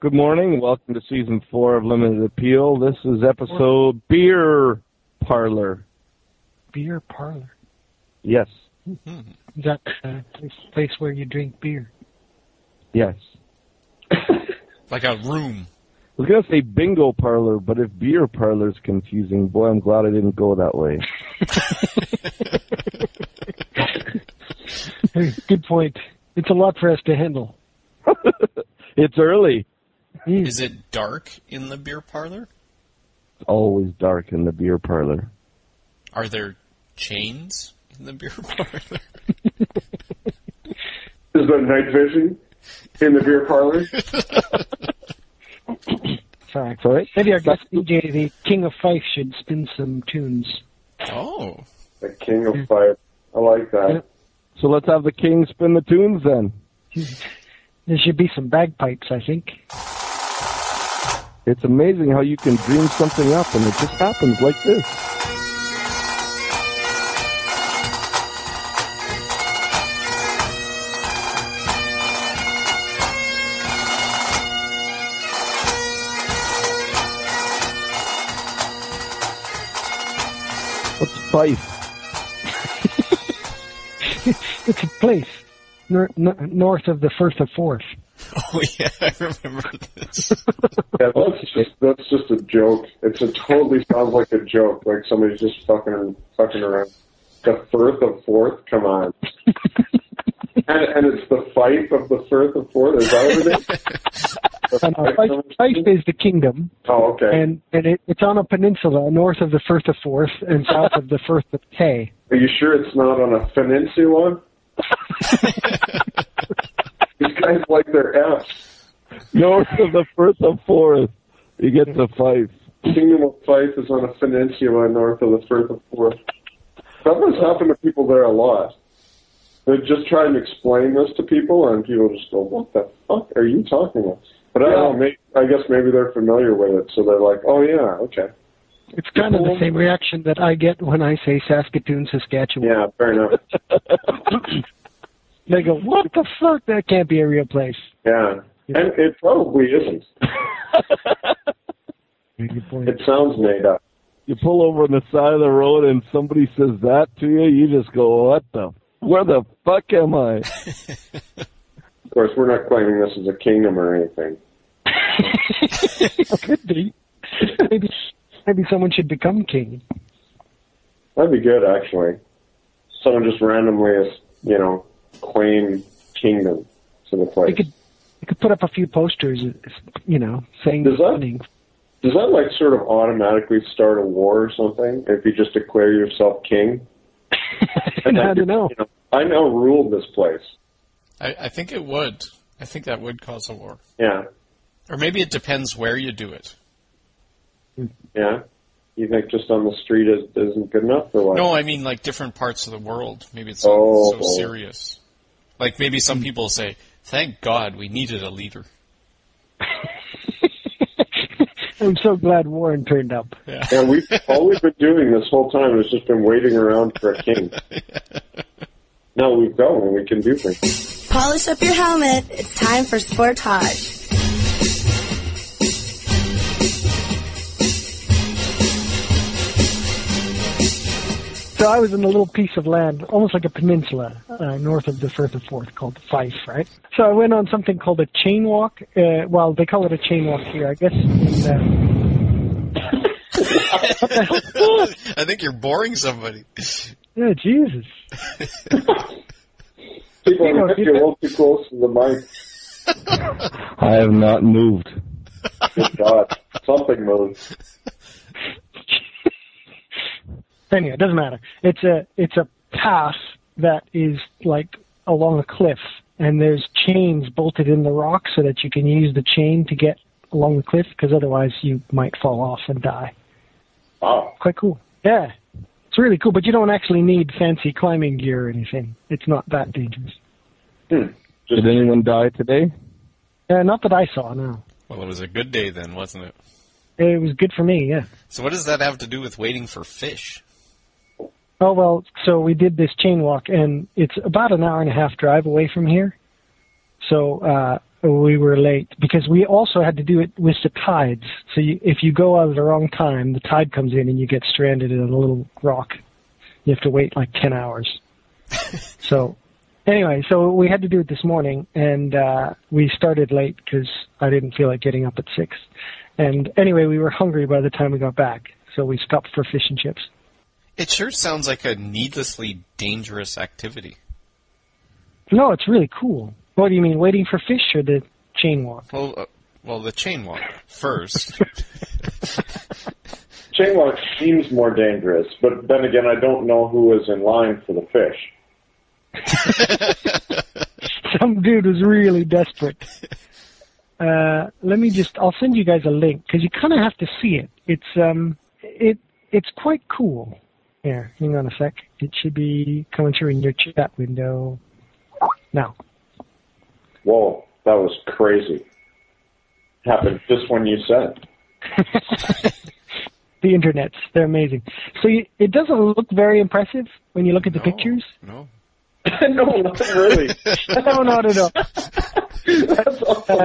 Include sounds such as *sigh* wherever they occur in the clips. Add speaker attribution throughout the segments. Speaker 1: Good morning. Welcome to season four of Limited Appeal. This is episode Beer Parlor.
Speaker 2: Beer parlor.
Speaker 1: Yes,
Speaker 3: Hmm.
Speaker 2: Is that the place, place where you drink beer? *laughs*
Speaker 1: yes.
Speaker 3: Like a room.
Speaker 1: I was gonna say bingo parlor, but if beer parlor's confusing, boy, I'm glad I didn't go that way.
Speaker 2: Good point. It's a lot for us to handle.
Speaker 1: It's early.
Speaker 2: Mm.
Speaker 3: Is it dark in the beer parlor?
Speaker 1: It's always dark in the beer parlor.
Speaker 3: Are there chains in the beer *laughs* parlor?
Speaker 4: Is there night vision in the beer
Speaker 2: *laughs*
Speaker 4: parlor?
Speaker 2: Sorry.
Speaker 1: Sorry.
Speaker 2: Maybe our guest DJ, the King of Fife, should spin some tunes.
Speaker 3: Oh.
Speaker 4: the king of fire. I like that.
Speaker 1: So let's have the king spin the tunes then.
Speaker 2: There should be some bagpipes, I think. *laughs*
Speaker 1: It's amazing how you can dream something up and it just happens like this. What's *laughs* Fife?
Speaker 2: It's a place nor- n- north of the Firth of Forth.
Speaker 3: *laughs* Oh, yeah, I remember this.
Speaker 4: Yeah, that's just that's just a joke. It's a totally sounds like a joke. Like somebody's just fucking fucking around. The Firth of Forth, come
Speaker 2: *laughs*
Speaker 4: on. and, and it's the fight of the Firth of Forth. Is that what it is? The
Speaker 2: And, *laughs* uh,
Speaker 4: fight
Speaker 2: Fife,
Speaker 4: of-
Speaker 2: Fife is the kingdom,
Speaker 4: oh, okay.
Speaker 2: and, and it, it's on a peninsula north of the Firth of Forth and south of the Firth of Tay.
Speaker 4: Are you sure it's not on a
Speaker 2: *laughs*
Speaker 4: peninsula? These guys like their F's.
Speaker 1: North of the Firth of Forth. You get the Fife.
Speaker 4: Kingdom of Fife is on a peninsula north of the Firth of Forth. That must happen to people there a lot. They just try and explain this to people, and people just go, "What the fuck are you talking about?" But I don't know. Maybe, I guess maybe they're familiar with it, so they're like, "Oh yeah, okay,
Speaker 2: It's kind of the same reaction that I get when I say Saskatoon, Saskatchewan.
Speaker 4: yeah, fair enough."
Speaker 2: They go, what the fuck? That can't be a real
Speaker 4: *laughs*
Speaker 2: place.
Speaker 4: Yeah, and it probably *laughs* isn't. It sounds made up.
Speaker 1: you pull over on the side of the road and somebody says that to you, you just go, what the? Where the fuck am I?
Speaker 4: Of course, we're not claiming this is a kingdom or anything.
Speaker 2: Could be. maybe, maybe someone should become king.
Speaker 4: That'd be good, actually. Someone just randomly, you know, claim kingdom to the
Speaker 2: They
Speaker 4: place.
Speaker 2: could, they could put up a few posters, you know, saying
Speaker 4: Does that-
Speaker 2: warning.
Speaker 4: Does that like sort of automatically start a war or something if you just declare yourself king?
Speaker 2: And *laughs*
Speaker 4: then
Speaker 2: I
Speaker 4: you're-
Speaker 2: don't know.
Speaker 4: you know, I now rule this place.
Speaker 3: I, I think it would. I think that would cause a war.
Speaker 4: Yeah,
Speaker 3: Or maybe it depends where you do it.
Speaker 4: yeah. You think just on the street is, isn't good enough for what?
Speaker 3: No, I mean like different parts of the world. Maybe it's not
Speaker 4: Oh.
Speaker 3: so serious. Like maybe some people say, thank God we needed a leader.
Speaker 2: I'm so glad Warren turned up.
Speaker 4: *laughs* Yeah, we've all we've been doing this whole time is just been waiting around for a
Speaker 3: *laughs*
Speaker 4: king. now we've got one. We can do things.
Speaker 5: Polish up your helmet. It's time for Sport Talk.
Speaker 2: So I was in a little piece of land, almost like a peninsula, uh, north of the Firth of Forth, called Fife, right? So I went on something called a chain walk. Uh, well, they call it a chain walk here, I guess. And, uh,
Speaker 3: *laughs* I think you're boring somebody. *laughs*
Speaker 2: yeah, Jesus.
Speaker 4: People
Speaker 2: You know,
Speaker 4: are
Speaker 2: if you-
Speaker 4: you're a little too close to the mic.
Speaker 1: I have not moved.
Speaker 4: Good God, something moves.
Speaker 2: anyway, it doesn't matter. It's a it's a path that is like along a cliff, and there's chains bolted in the rock so that you can use the chain to get along the cliff because otherwise you might fall off and die.
Speaker 4: Wow.
Speaker 2: Quite cool. Yeah, it's really cool. But you don't actually need fancy climbing gear or anything. It's not that dangerous.
Speaker 1: Did anyone die today?
Speaker 2: Uh, not that I saw. No,
Speaker 3: Well, it was a good day then, wasn't it?
Speaker 2: it was good for me. Yeah.
Speaker 3: So what does that have to do with waiting for fish?
Speaker 2: Oh well, so we did this chain walk, and it's about an hour and a half drive away from here. So uh, we were late because we also had to do it with the tides. So you, if you go out at the wrong time, the tide comes in and you get stranded in a little rock. You have to wait like ten hours. so anyway, so we had to do it this morning, and uh, we started late because I didn't feel like getting up at six. And anyway, we were hungry by the time we got back, so we stopped for fish and chips.
Speaker 3: It sure sounds like a needlessly dangerous activity.
Speaker 2: No, it's really cool. What do you mean, waiting for fish or the chain walk? *laughs*
Speaker 3: Well, uh, well, the chain walk first.
Speaker 4: Chain walk seems more dangerous, but then again, I don't know who was in line for the fish.
Speaker 2: Some dude was really desperate. Uh, let me just, I'll send you guys a link because you kind of have to see it. It's, um, it, it's quite cool. Here, hang on a sec. It should be coming through in your chat window now.
Speaker 4: Whoa, that was crazy. Happened just when you said.
Speaker 2: the internets. They're amazing. So you, it doesn't look very impressive when you look at *laughs* the
Speaker 3: No,
Speaker 2: pictures.
Speaker 3: No.
Speaker 4: no, not really.
Speaker 2: No, not at all.
Speaker 4: That's awful.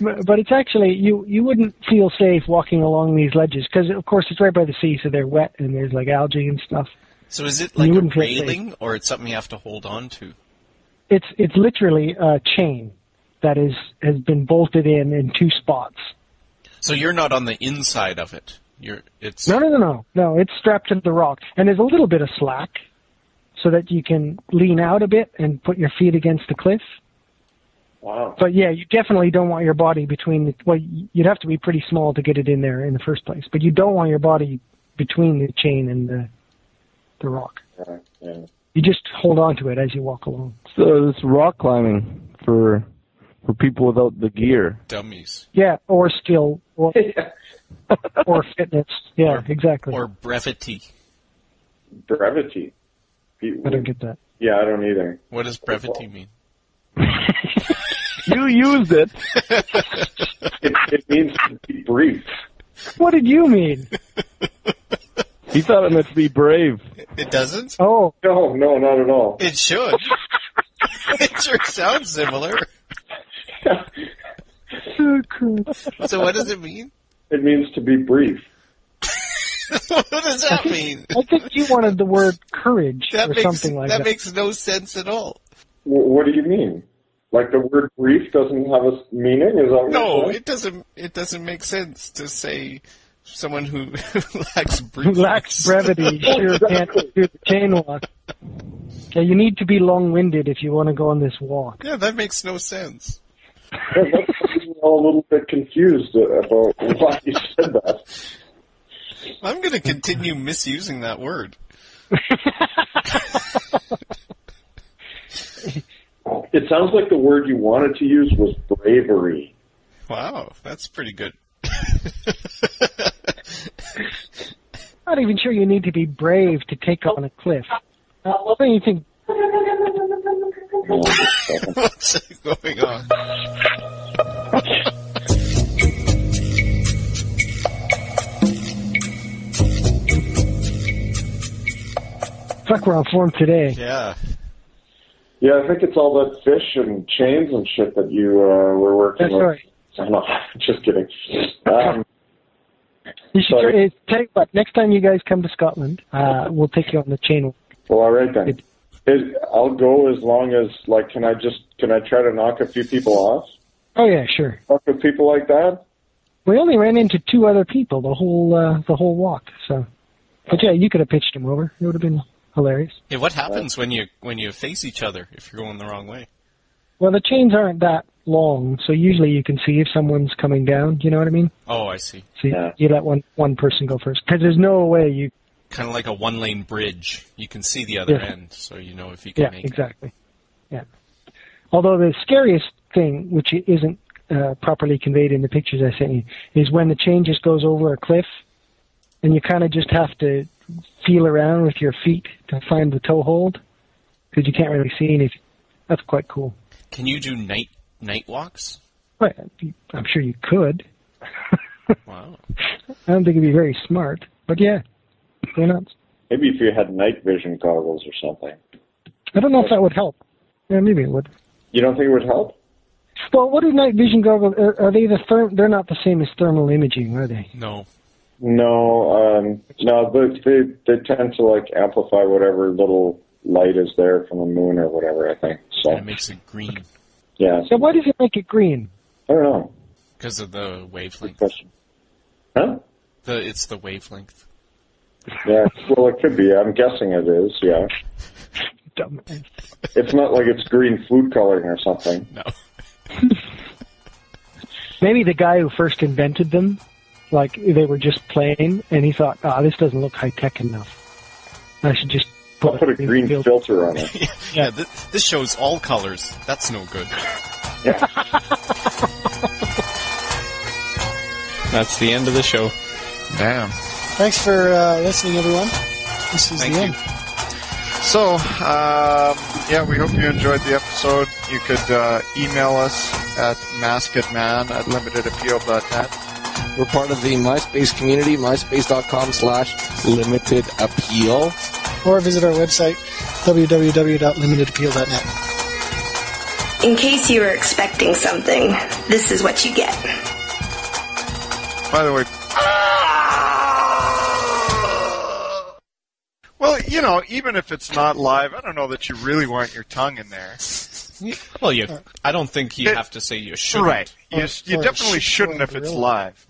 Speaker 2: But but it's actually you. You wouldn't feel safe walking along these ledges because, of course, it's right by the sea, so they're wet and there's like algae and stuff.
Speaker 3: So is it like
Speaker 2: You
Speaker 3: a
Speaker 2: wouldn't feel safe.
Speaker 3: railing, or it's something you have to hold on to?
Speaker 2: It's it's literally a chain that is has been bolted in in two spots.
Speaker 3: So you're not on the inside of it. You're. It's.
Speaker 2: No, no, no, no, no. It's strapped to the rock, and there's a little bit of slack so that you can lean out a bit and put your feet against the cliff.
Speaker 4: *laughs* Wow.
Speaker 2: But yeah, you definitely don't want your body between the, well, you'd have to be pretty small to get it in there in the first place, but you don't want your body between the chain and the, the rock.
Speaker 4: Yeah, yeah.
Speaker 2: You just hold on to it as you walk along.
Speaker 1: So it's rock climbing for for people without the gear.
Speaker 3: Dummies.
Speaker 2: Yeah, or skill,
Speaker 3: *laughs*
Speaker 2: or, or fitness. Yeah,
Speaker 3: Or-
Speaker 2: exactly.
Speaker 3: Or brevity.
Speaker 4: Brevity. You-
Speaker 2: I don't get that.
Speaker 4: Yeah, I don't either.
Speaker 3: What does brevity mean?
Speaker 1: You used it.
Speaker 4: It, it means to be brief.
Speaker 2: What did you mean?
Speaker 1: He thought it meant to be brave.
Speaker 3: It doesn't.
Speaker 2: Oh,
Speaker 4: No, no, not
Speaker 3: *laughs*
Speaker 4: at all.
Speaker 3: It
Speaker 2: *laughs*
Speaker 3: should. it sure sounds similar.
Speaker 2: so cool.
Speaker 3: So what does it mean? *laughs*
Speaker 4: It means to be brief.
Speaker 3: what does that mean?
Speaker 2: I think you wanted the word courage
Speaker 3: That
Speaker 2: or
Speaker 3: makes
Speaker 2: something like *laughs* that.
Speaker 3: makes no sense at all.
Speaker 4: W- what do you mean? Like the word brief doesn't have a s- meaning? Is that what
Speaker 2: *laughs*
Speaker 4: you're
Speaker 3: No,
Speaker 4: saying?
Speaker 3: it doesn't. It doesn't make sense to say someone who *laughs*
Speaker 2: *laughs*
Speaker 3: lacks
Speaker 2: Who
Speaker 3: brief
Speaker 2: lacks
Speaker 3: *laughs*
Speaker 2: brevity sure can't do the chain walk. Yeah, you need to be long-winded if you want to go on this walk.
Speaker 3: Yeah, that makes no sense.
Speaker 4: Yeah, that's I'm all a little bit confused about why you said that.
Speaker 3: I'm going
Speaker 2: *laughs*
Speaker 3: to continue misusing that word.
Speaker 4: It sounds like the word you wanted to use was bravery.
Speaker 3: Wow, that's pretty good. *laughs*
Speaker 2: not even sure you need to be brave to take on a cliff. Uh, well, then you think
Speaker 3: What's going on?
Speaker 2: fuck we're on form today.
Speaker 3: Yeah.
Speaker 4: Yeah, I think it's all that fish and chains and shit that you uh, were working
Speaker 2: That's
Speaker 4: with.
Speaker 2: right.
Speaker 4: I'm not, *laughs* just kidding. Um,
Speaker 2: You should
Speaker 4: Sorry.
Speaker 2: eh, tell you what, next time you guys come to Scotland, uh, we'll take you on the chain.
Speaker 4: well, all right then. Is, I'll go as long as like. Can I just? Can I try to knock a few people off?
Speaker 2: Oh yeah, sure.
Speaker 4: Fuck with people like that.
Speaker 2: We only ran into two other people the whole uh, the whole walk. So, but yeah, you could have pitched him over. It would have been hilarious.
Speaker 3: Hey, what happens when you when you face each other if you're going the wrong way?
Speaker 2: Well, the chains aren't that long, so usually you can see if someone's coming down. You know what I mean?
Speaker 3: Oh, I see.
Speaker 2: So you,
Speaker 4: Yeah.
Speaker 2: you let one one person go first because there's no way you.
Speaker 3: Kind of like a one lane bridge. You can see the other
Speaker 2: Yeah.
Speaker 3: end, so you know if you can
Speaker 2: Yeah,
Speaker 3: make it.
Speaker 2: exactly. Yeah. Although the scariest thing, which isn't uh, properly conveyed in the pictures I sent you, is when the chain just goes over a cliff, and you kind of just have to feel around with your feet to find the toe hold, because you can't really see anything. That's quite cool.
Speaker 3: Can you do night night walks?
Speaker 2: But I'm sure you could.
Speaker 3: Wow.
Speaker 2: I don't think it'd be very smart, but yeah, why not?
Speaker 4: Maybe if you had night vision goggles or something.
Speaker 2: I don't know if that would help. Yeah, maybe it would.
Speaker 4: You don't think it would help?
Speaker 2: Well, what are night vision goggles? Are, are they the therm? They're not the same as thermal imaging, are they?
Speaker 3: No.
Speaker 4: No, um, no, they, they they tend to like amplify whatever little light is there from the moon or whatever. I think so.
Speaker 3: That makes it green
Speaker 4: Yeah,
Speaker 2: So why does it make it green?
Speaker 4: I don't know.
Speaker 3: because of the wavelength.
Speaker 4: Question. Huh?
Speaker 3: The, it's the wavelength.
Speaker 4: Yeah. Well, it could be. I'm guessing it is. Yeah.
Speaker 2: Dumb.
Speaker 4: It's not like it's green food coloring or something.
Speaker 3: No.
Speaker 2: Maybe the guy who first invented them, like they were just plain, and he thought, "Ah, this doesn't look high tech enough. I should just put,
Speaker 4: I'll put a green filter on *laughs* it.
Speaker 3: *laughs* Yeah, this, this shows all colors. That's no good. That's the end of the show.
Speaker 6: Damn.
Speaker 7: Thanks for uh, listening, everyone. This is
Speaker 3: Thank
Speaker 7: the
Speaker 3: you.
Speaker 7: end.
Speaker 6: So, um, yeah, we hope you enjoyed the episode. You could uh, email us at maskedman at limitedappeal.net.
Speaker 8: We're part of the MySpace community, myspace.com slash limited appeal.
Speaker 7: Or visit our website, www.limitedappeal.net.
Speaker 5: In case you were expecting something, this is what you get.
Speaker 6: By the way, well, you know, even if it's not live, I don't know that you really want your tongue in there.
Speaker 3: Well, you. I don't think you
Speaker 6: It-
Speaker 3: have to say you shouldn't.
Speaker 6: Right. You,
Speaker 7: Or-
Speaker 6: you
Speaker 7: or it
Speaker 6: definitely
Speaker 7: should go
Speaker 6: shouldn't if
Speaker 7: in
Speaker 6: it's
Speaker 7: gorilla.
Speaker 6: live.